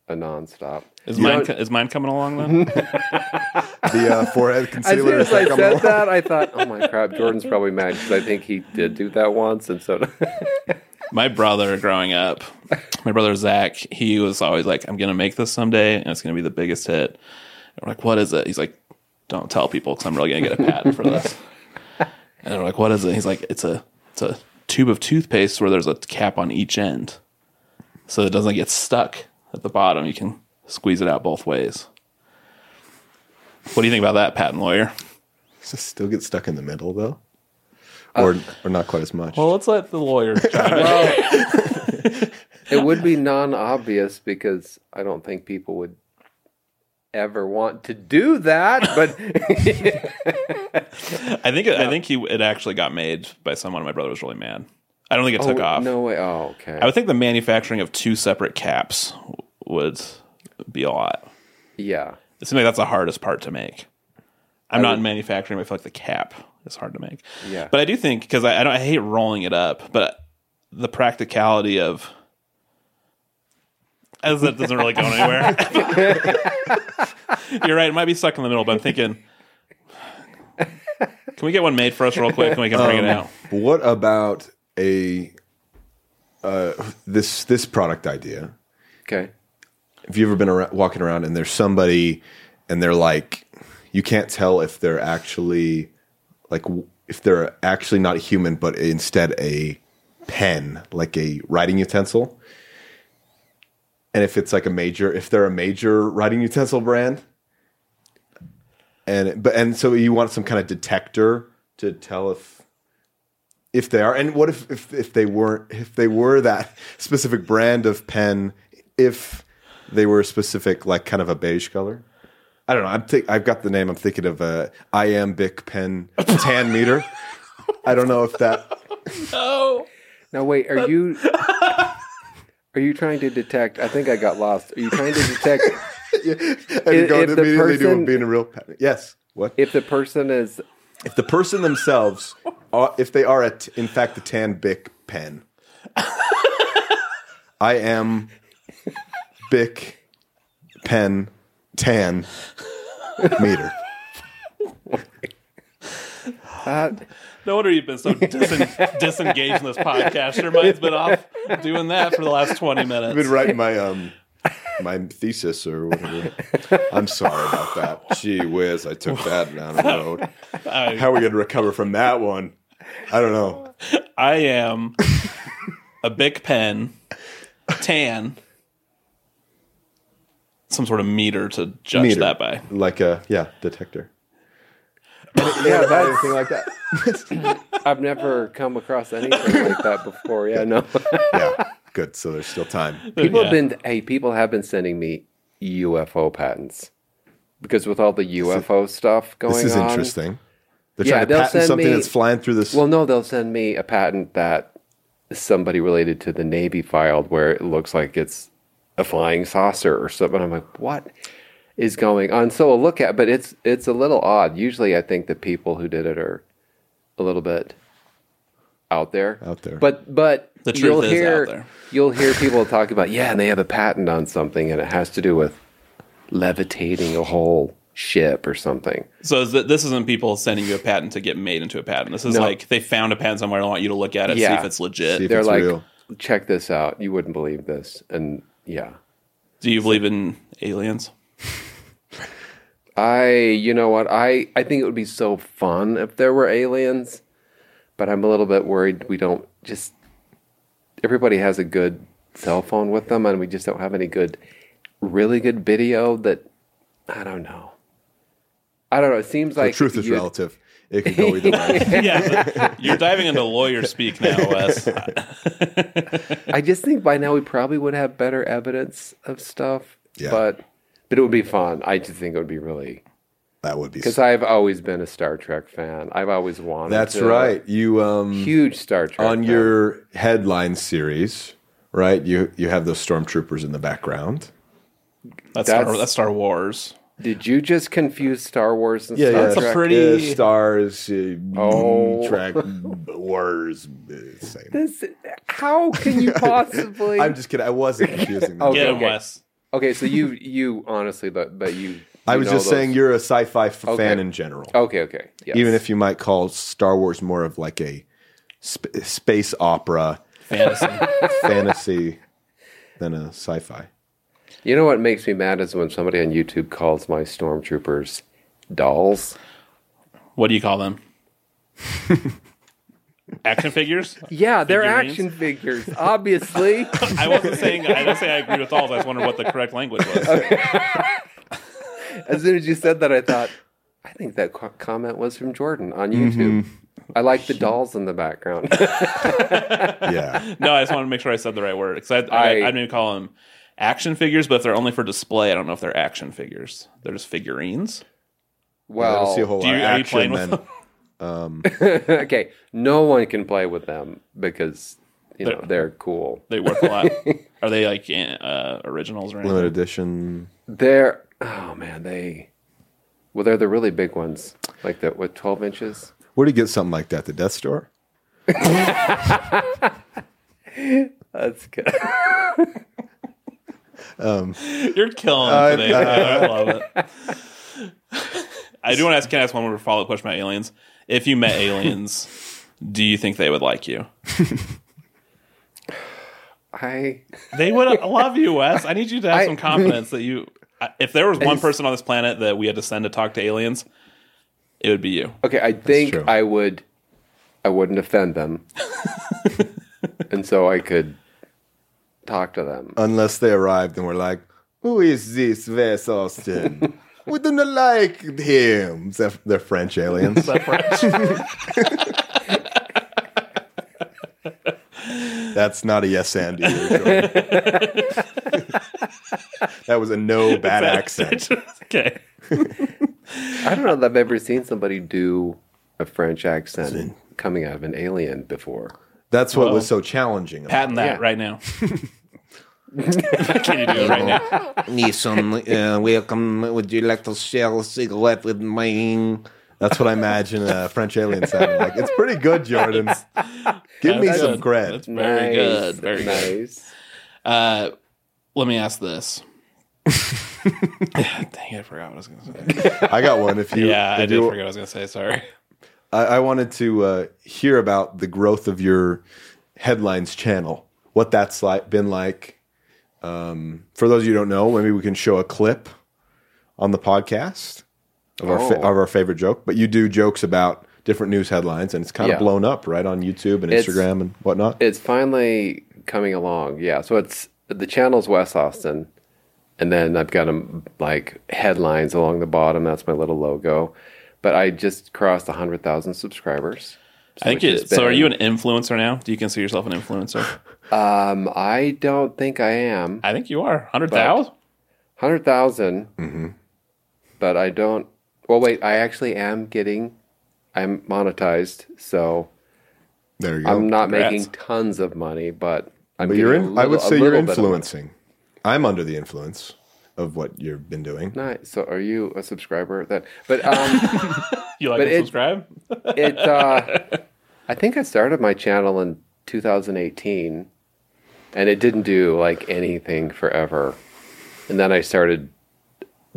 a nonstop.
Is
You
mine
don't-
co- is mine coming along then?
the uh, forehead
As soon
concealer.
as
is
I
like, I'm
said
all-
that, I thought, "Oh my crap, Jordan's probably mad because I think he did do that once." And so,
my brother growing up, my brother Zach, he was always like, I'm going to make this someday and it's going to be the biggest hit. And we're like, what is it? He's like, don't tell people because I'm really going to get a patent for this. and we're like, what is it? He's like, it's a, it's a tube of toothpaste where there's a cap on each end. So it doesn't get stuck at the bottom. You can squeeze it out both ways. What do you think about that, patent lawyer?
Does it still get stuck in the middle though, or or not quite as much.
Well, let's let the lawyer. Chime in.
it would be non-obvious because I don't think people would ever want to do that. But
I think it, I think he it actually got made by someone. My brother was really mad. I don't think it took
Oh,
off.
No way. Oh, okay.
I would think the manufacturing of two separate caps w- would be a lot.
yeah.
It seems like that's the hardest part to make. I'm not in manufacturing, but I feel like the cap is hard to make.
Yeah.
But I do think because I, I don't I hate rolling it up, but the practicality of as that doesn't really go anywhere. You're right; it might be stuck in the middle, but I'm thinking. Can we get one made for us real quick, and we can bring it out?
What about a uh, this this product idea?
Okay.
Have you ever been around, walking around and there's somebody and they're like, you can't tell if they're actually like w- if they're actually not human, but instead a pen, like a writing utensil. And if it's like a major, if they're a major writing utensil brand, and but and so you want some kind of detector to tell if if they are, and what if, if if they weren't? If they were that specific brand of pen, if they were a specific like kind of a beige color. I don't know. I'm think I've got the name. I'm thinking of a iambic pen tan meter. I don't know if that.
Oh,
Now wait, are you are you trying to detect? I think I got lost. Are you trying to detect
And you're
If-
going
if the
immediately to
person-
being a real pen. Yes. What
if the person is
if the person themselves are if they are at in fact a tan bic pen i am bic pen tan meter
that?
no wonder you've been so disen- disengaged in this podcast. Your mind's been off doing that for the last twenty minutes.
i've been writing my um my thesis or whatever i'm sorry about that gee whiz i took that down the road how are we going to recover from that one i don't know
I am a big pen, tan, some sort of meter to judge
Meter.
that by.
like a yeah detector
Yeah, that's
anything like that
I've never come across anything like that before. Yeah, no.
yeah good so there's still time
People have
Yeah.
been hey, people have been sending me UFO patents because with all the UFO stuff going on,
This is interesting. They're
Yeah,
trying to
they'll
patent
send
something
me-
that's flying through this.
Well, no, they'll send me a patent that somebody related to the Navy filed where it looks like it's a flying saucer or something. I'm like, what is going on? So I'll look at, but it's it's a little odd. Usually, I think the people who did it are a little bit out there.
Out there.
but but
The truth
you'll
is out
hear
there.
you'll hear people talk about yeah, and they have a patent on something, and it has to do with levitating a whole ship or something.
So is th- this isn't people sending you a patent to get made into a patent. This is
No.
like they found a patent somewhere. I want you to look at it, see
Yeah.
if it's legit.
See if-
They're
it's
like,
real.
check this out. You wouldn't believe this, and yeah.
Do you believe in aliens?
I, you know what? I, I think it would be so fun if there were aliens, but I'm a little bit worried we don't just. Everybody has a good cell phone with them, and we just don't have any good, really good video that. I don't know. I don't know. It seems
the
like.
truth is
you'd-
relative. It can go either way.
yeah, but you're diving into lawyer speak now, Wes.
I just think by now we probably would have better evidence of stuff,
Yeah.
but. But it would be fun. I just think it would be really
That would be.
because I've always been a Star Trek fan. I've always wanted.
That's
to- uh,
right. You um
Huge Star Trek.
on
fan.
your headline series, right? You you have those stormtroopers in the background.
That's Star,
That's-
that's Star Wars.
Did you just confuse Star Wars and Star
That's a
Trek?
pretty-
uh, stars. Uh,
Oh.
track wars. uh, Same.
This- how can you possibly?
I'm just kidding. I wasn't confusing. them.
Okay.
Get him, Wes.
okay, so you you honestly, but but you.
I
you
was
know
just
those-
saying you're a sci-fi f- fan
Okay.
in general.
Okay, okay. Yes.
even if you might call Star Wars more of like a sp- space opera
Fantasy.
fantasy than a sci-fi.
you know what makes me mad is when somebody on YouTube calls my stormtroopers dolls.
what do you call them? Action figures?
Yeah, they're
Figurines?
action figures, obviously.
I wasn't saying I didn't say I agree with all. I just wondered what the correct language was.
as soon as you said that, I thought, I think that co- comment was from Jordan on
Mm-hmm.
YouTube. I like the dolls in the background.
Yeah,
No, I just wanted to make sure I said the right word because I, I, I,
I-
I'd maybe call them action figures, but if they're only for display, I don't know if they're action figures. They're just figurines.
I
Well,
don't see a whole
Do
lot
you-
of
are you
action.
playing
Then
with them?
okay, no one can play with them because you know
They're-
they're cool.
They worth a lot. Are they like uh, originals or anything?
limited edition.
They're oh man, they well they're the really big ones like that with twelve inches.
Where do you get something like that? The Death Store.
That's good.
You're killing
I-
me today. I, I love it. I do want to ask. Can I ask one more follow-up question about aliens? If you met aliens, do you think they would like you?
I
They would love you, Wes. I need you to have
I-
some confidence that you. I- If there was one person on this planet that we had to send to talk to aliens, it would be you.
okay, I think
true.
I would I wouldn't offend them. and so I could talk to them.
Unless they arrived and were like, "Who is this Wes Austin? we do not like him." They're, they're French aliens. That's not a yes and to you, Jordan. that was a no bad accent.
okay.
I don't know that I've ever seen somebody do a French accent coming out of an alien before.
That's what was so challenging. About.
Patent
Yeah.
that right now. Can you do it right now?
Nissan, uh, welcome. Would you like to share a cigarette with me? That's what I imagine a French alien sounded like. It's pretty good, Jordan. Give me
That's
some
good.
credit.
That's very good. Very good.
nice.
Uh, let me ask this. Dang, it, I forgot what I was going to say.
I got one. If you,
Yeah,
if
I did
you-
forget what I was going to say. Sorry.
I, I wanted to uh, hear about the growth of your headlines channel. What that's like, been like. Um, for those of you who don't know, maybe we can show a clip on the podcast of our fa-
Oh.
of our favorite joke. But you do jokes about different news headlines, and it's kind
Yeah.
of blown up right on YouTube and
It's-
Instagram and whatnot.
It's finally coming along. Yeah. So it's the channel's West Austin. And then I've got them like headlines along the bottom. That's my little logo. But I just crossed 100,000 subscribers.
I think
which has
it, so. Are
been-
you an influencer now? Do you consider yourself an influencer?
Um, I don't think I am.
I think you are. Hundred thousand.
hundred but I don't. Well, wait. I actually am getting. I'm monetized, so
there you go.
I'm not
congrats.
making tons of money, but I'm.
Oh, but you're in.
getting a
I would
little- a
say you're
little bit of money.
influencing. I'm under the influence of what you've been doing.
Nice. So, are you a subscriber? That, but um,
You like
But
and
it-
subscribe?
it. Uh, I think I started my channel in 2018, and it didn't do like anything forever, and then I started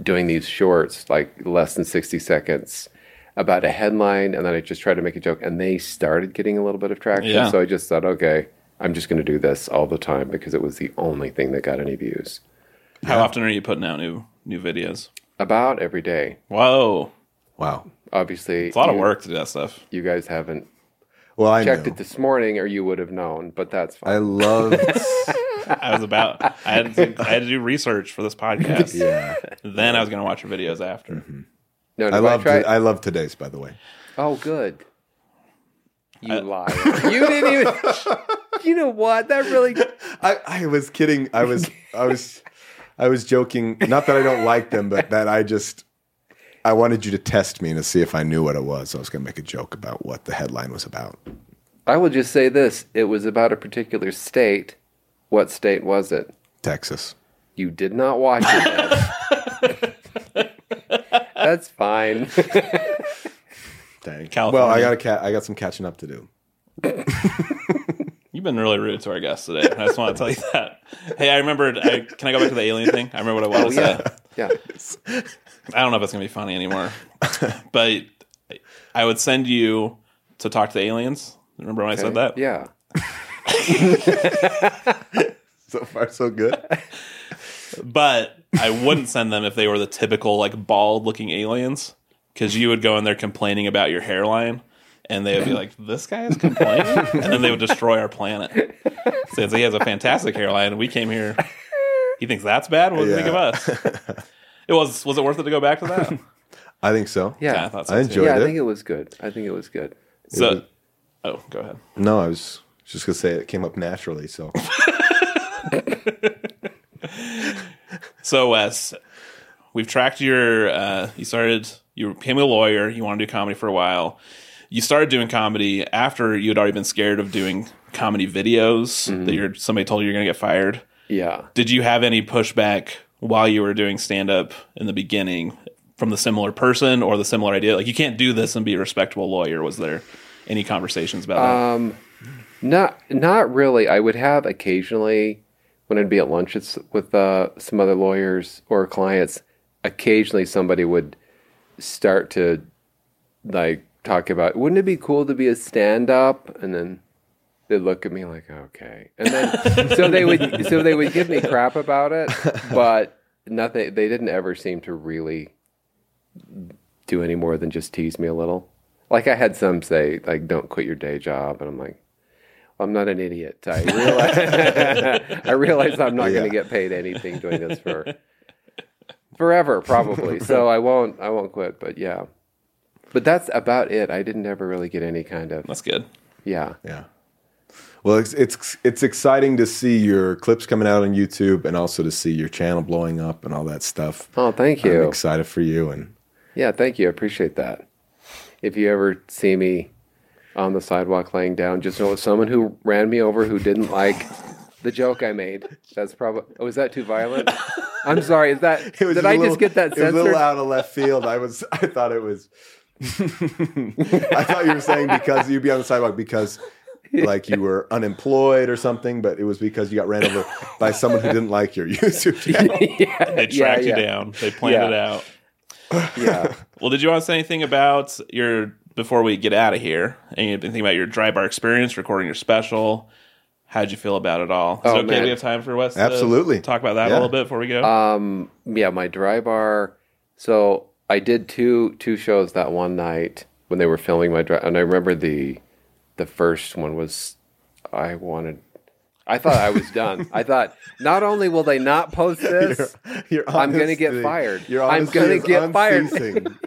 doing these shorts, like less than 60 seconds, about a headline, and then I just tried to make a joke, and they started getting a little bit of traction.
Yeah.
So I just thought, okay, I'm just going to do this all the time because it was the only thing that got any views.
How often are you putting out new new videos?
About every day,
Whoa,
Wow.
obviously,
it's a lot of work to do that stuff.
you guys haven't
Well, I
checked
know.
it this morning, or you would have known. But that's fine.
I loved.
I was about. I had to, I had to do research for this podcast.
yeah,
Then I was going to watch your videos after.
no, no,
I
I
loved.
tried-
it. I love today's. By the way.
oh, good. You liar! You didn't even. you know what? That really.
I, I was kidding. I was I was I was joking. Not that I don't like them, but that I just I wanted you to test me to see if I knew what it was. I was going to make a joke about what the headline was about.
I will just say this: it was about a particular state. What state was it?
Texas.
You did not watch it. Ed. That's fine.
Dang. Well, I
California.
got a cat. I got some catching up to do.
You've been really rude to our guests today. I just want to tell you that. Hey, I remembered. I, can I go back to the alien thing? I remember what I wanted to say.
Yeah.
I don't know if it's gonna be funny anymore, but I would send you to talk to the aliens. Remember when I said that?
Yeah.
So far, so good.
But I wouldn't send them if they were the typical like bald looking aliens, because you would go in there complaining about your hairline, and they would be like, "This guy is complaining," and then they would destroy our planet. Since he has a fantastic hairline, and we came here. He thinks that's bad. What do you think of us? It was was it worth it to go back to that?
I think so.
Yeah.
Yeah, I thought so
I
too.
enjoyed
yeah, I
it.
think it was good. I think it was good.
So, oh, go ahead.
No, I was just going to say it came up naturally. So
So Wes, we've tracked your. Uh, you started. You became a lawyer. You wanted to do comedy for a while. You started doing comedy after you had already been scared of doing comedy videos
Mm-hmm.
that you're somebody told you you're going to get fired.
Yeah.
Did you have any pushback while you were doing stand up in the beginning from the similar person or the similar idea? Like you can't do this and be a respectable lawyer. Was there any conversations about
Um,
that?
Not not really. I would have occasionally when I'd be at lunches with uh, some other lawyers or clients. Occasionally, somebody would start to like talk about, "Wouldn't it be cool to be a stand-up?" And then they'd look at me like, "Okay," and then so they would so they would give me crap about it, but nothing. They didn't ever seem to really do any more than just tease me a little. Like I had some say, like, "Don't quit your day job," and I'm like. I'm not an idiot. I realize, I realize I'm not going
Yeah.
to get paid anything doing this for forever, probably. So I won't. I won't quit. But yeah, but that's about it. I didn't ever really get any kind of
That's good.
yeah.
yeah, Well, it's, it's it's exciting to see your clips coming out on YouTube and also to see your channel blowing up and all that stuff.
Oh, thank you.
I'm excited for you and
Yeah, thank you. I appreciate that. If you ever see me on the sidewalk laying down, just know it's someone who ran me over who didn't like the joke I made. That's probably. Oh, is that too violent? I'm sorry. Is that?
It was
Did
a
I
little-
just get that
It was a
censored?
little out of left field. I was. I thought it was. I thought you were saying because you'd be on the sidewalk because like you were unemployed or something, but it was because you got ran over by someone who didn't like your YouTube channel.
yeah,
They tracked
yeah,
you down. They planned
Yeah.
it out.
Yeah.
Well, did you want to say anything about your before we get out of here? Anything about your dry bar experience, recording your special? How'd you feel about it all? Is
Oh,
it okay?
man.
We have time for Wes. to
Absolutely.
talk about that
Yeah.
a little bit before we go.
Um, yeah, my dry bar. So I did two two shows that one night when they were filming my dry, and I remember the the first one was I wanted. I thought I was done. I thought not only will they not post this,
Your
I'm gonna get
honesty-
fired.
your
I'm
honesty
gonna
is
get fired.
unceasing.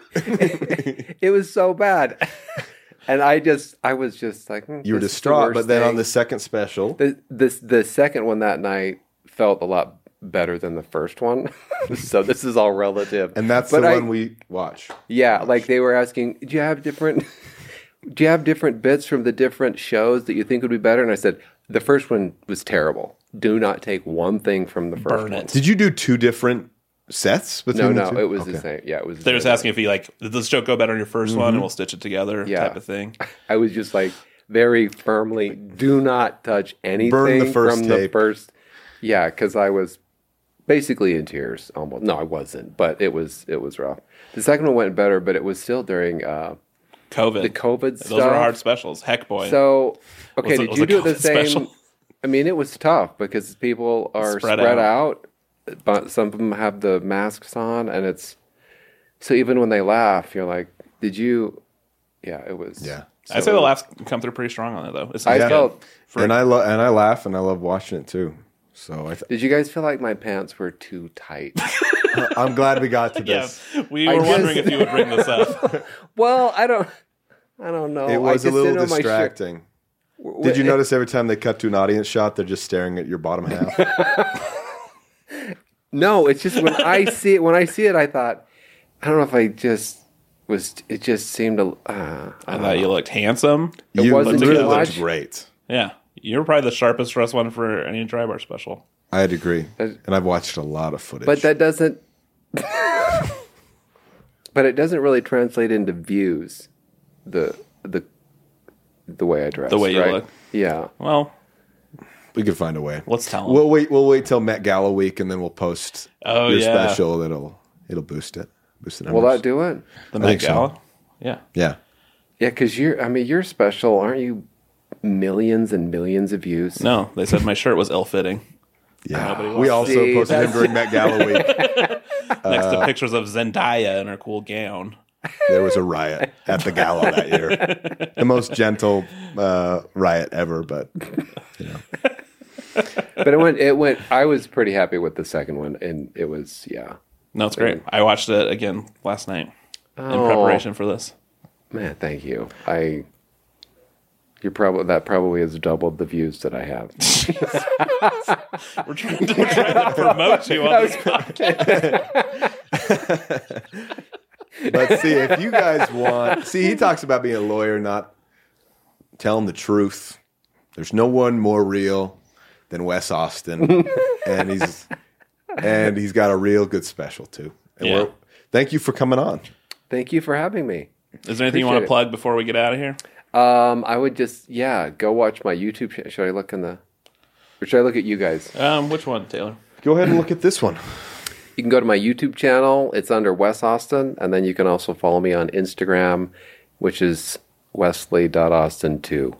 it was so bad, and I just I was just like hmm,
You were
this is the
distraught,
worst
but then on
thing.
the second special,
the this the second one that night felt a lot better than the first one. so this is all relative,
and that's
But
the
I-
one we watch.
Yeah, like they were asking, do you have different do you have different bits from the different shows that you think would be better? And I said, the first one was terrible. Do not take one thing from the first one.
Burn it.
Did you do two different sets?
No,
Between
no,
the two?
it was
Okay.
the same. Yeah, it was the
They're just
same.
asking if you like did this joke go better on your 1st one, and we'll stitch it together,
Mm-hmm. Yeah.
type of thing.
I was just like very firmly, do not touch anything
first
from the
tape.
first. Yeah, because I was basically in tears almost. No, I wasn't, but it was it was rough. The second one went better, but it was still during uh,
COVID.
the COVID
Those
stuff.
were hard specials. Heck boy.
So, okay,
Was it-
did
was
you
it
do it the
COVID
same?
special?
I mean, it was tough because people are
Spread
spread, out. but some of them have the masks on, and it's so even when they laugh, you're like, "Did you?" Yeah, it was.
Yeah.
I'd say the laughs come through pretty strong on it though. It
I
sounds good.
felt.
and I lo- and I laugh and I love watching it too. So I th-
Did you guys feel like my pants were too tight?
I'm glad we got to
yeah,
this.
we
I
were wondering
just-
if you would bring this up.
well, I don't. Oh, I don't know.
It was
a
a little distracting. Did you notice every time they cut to an audience shot, they're just staring at your bottom half?
No, it's just when I see it. When I see it, I thought, I don't know if I just was. It just seemed to. Uh,
I thought you looked handsome.
It
you
wasn't
really
too
looked
much.
great.
Yeah, you were probably the sharpest dressed one for any dry bar special.
I'd agree, and I've watched a lot of footage.
Uh, But that doesn't. but it doesn't really translate into views. The the the way I dress.
The way you
right?
look.
Yeah.
Well,
we could find a way.
let's tell him.
We'll wait. We'll wait till Met Gala week, and then we'll post
Oh,
your
yeah.
special. That'll it'll boost it. Boost the numbers.
Will that do it?
I
the Met
think so.
Gala. Yeah.
Yeah.
Yeah, because you're. I mean, you're special, aren't you? Millions and millions of views.
No, they said my shirt was ill-fitting.
Yeah.
wants
We
to
also
see
posted him
that.
during Met Gala week.
Next
Uh,
to pictures of Zendaya in her cool gown.
There was a riot at the gala that year. The most gentle uh, riot ever, but
But it went. It went. I was pretty happy with the second one, and it was. Yeah.
No, it's great. I watched it again last night in
Oh.
preparation for this.
Man, thank you. I. You're probably that probably has doubled the views that I have.
We're trying to, trying to promote you on this
But see, if you guys want, see, he talks about being a lawyer, not telling the truth. There's no one more real than Wes Austin, and he's and he's got a real good special too. And
Yeah.
we're, thank you for coming on.
thank you for having me.
Is there anything you want to
Appreciate it.
plug before we get out of here?
Um, I would just yeah, go watch my YouTube. Ch- should I look in the? Or should I look at you guys?
Um, which one, Taylor?
Go ahead and look at this one.
You can go to my YouTube channel. It's under Wes Austin, and then you can also follow me on Instagram, which is Wesley.Austin two.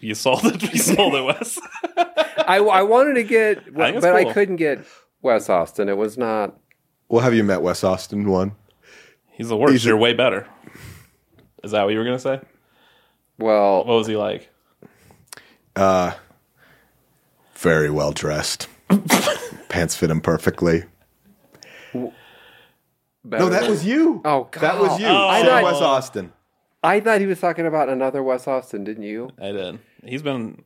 You sold it. You sold it, Wes.
I, I wanted to get, but
think it's
I
cool.
couldn't get Wes Austin. It was not.
Well, have you met Wes Austin? One.
He's the worst.
He's a-
You're way better. Is that what you were gonna say?
Well,
What was he like?
Very well dressed. Pants fit him perfectly.
better
No, that
than-
was you.
Oh,
that was
God.
you.
Oh.
I
I thought-
Wes Austin.
I thought he was talking about another Wes Austin, didn't you?
I did. He's been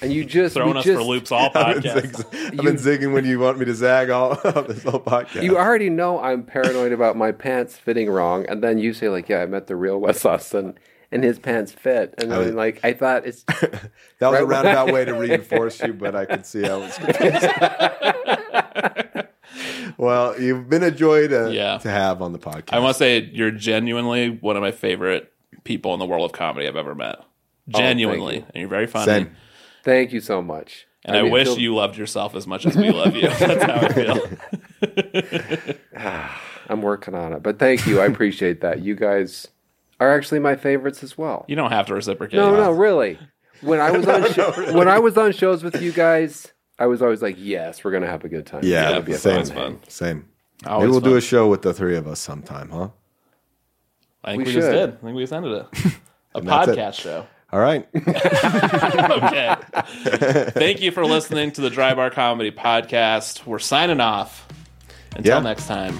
And you just
throwing
you
us
just,
for loops all
I've been,
podcast.
zig- I've been zigging when you want me to zag all this whole podcast.
You already know I'm paranoid about my pants fitting wrong, and then you say like, "Yeah, I met the real Wes Austin, and his pants fit," and
I
then
was-
like I thought it's
that was
right-
a roundabout way to reinforce you, but I could see how it's confusing. well, you've been a joy to,
Yeah.
to have on the podcast.
I must say, you're genuinely one of my favorite people in the world of comedy I've ever met. Genuinely,
you.
and you're very funny.
Oh, Same.
thank you so much.
And I,
mean,
wish
feel-
you loved yourself as much as we love you. That's how I feel.
I'm working on it, but thank you. I appreciate that. You guys are actually my favorites as well.
You don't have to reciprocate.
No, no, really. When I was on sho- when I was on shows with you guys, I was always like, "Yes, we're gonna have a good time."
Yeah,
It'll be a
same.
fun night."
fun.
Same.
Always
Maybe we'll do
fun.
a show with the three of us sometime, huh?
I think we,
We
just
should.
did. I think we just ended it. A
that's it.
podcast show.
All right.
Okay. Thank you for listening to the Dry Bar Comedy Podcast. We're signing off. Until
Yeah.
next time.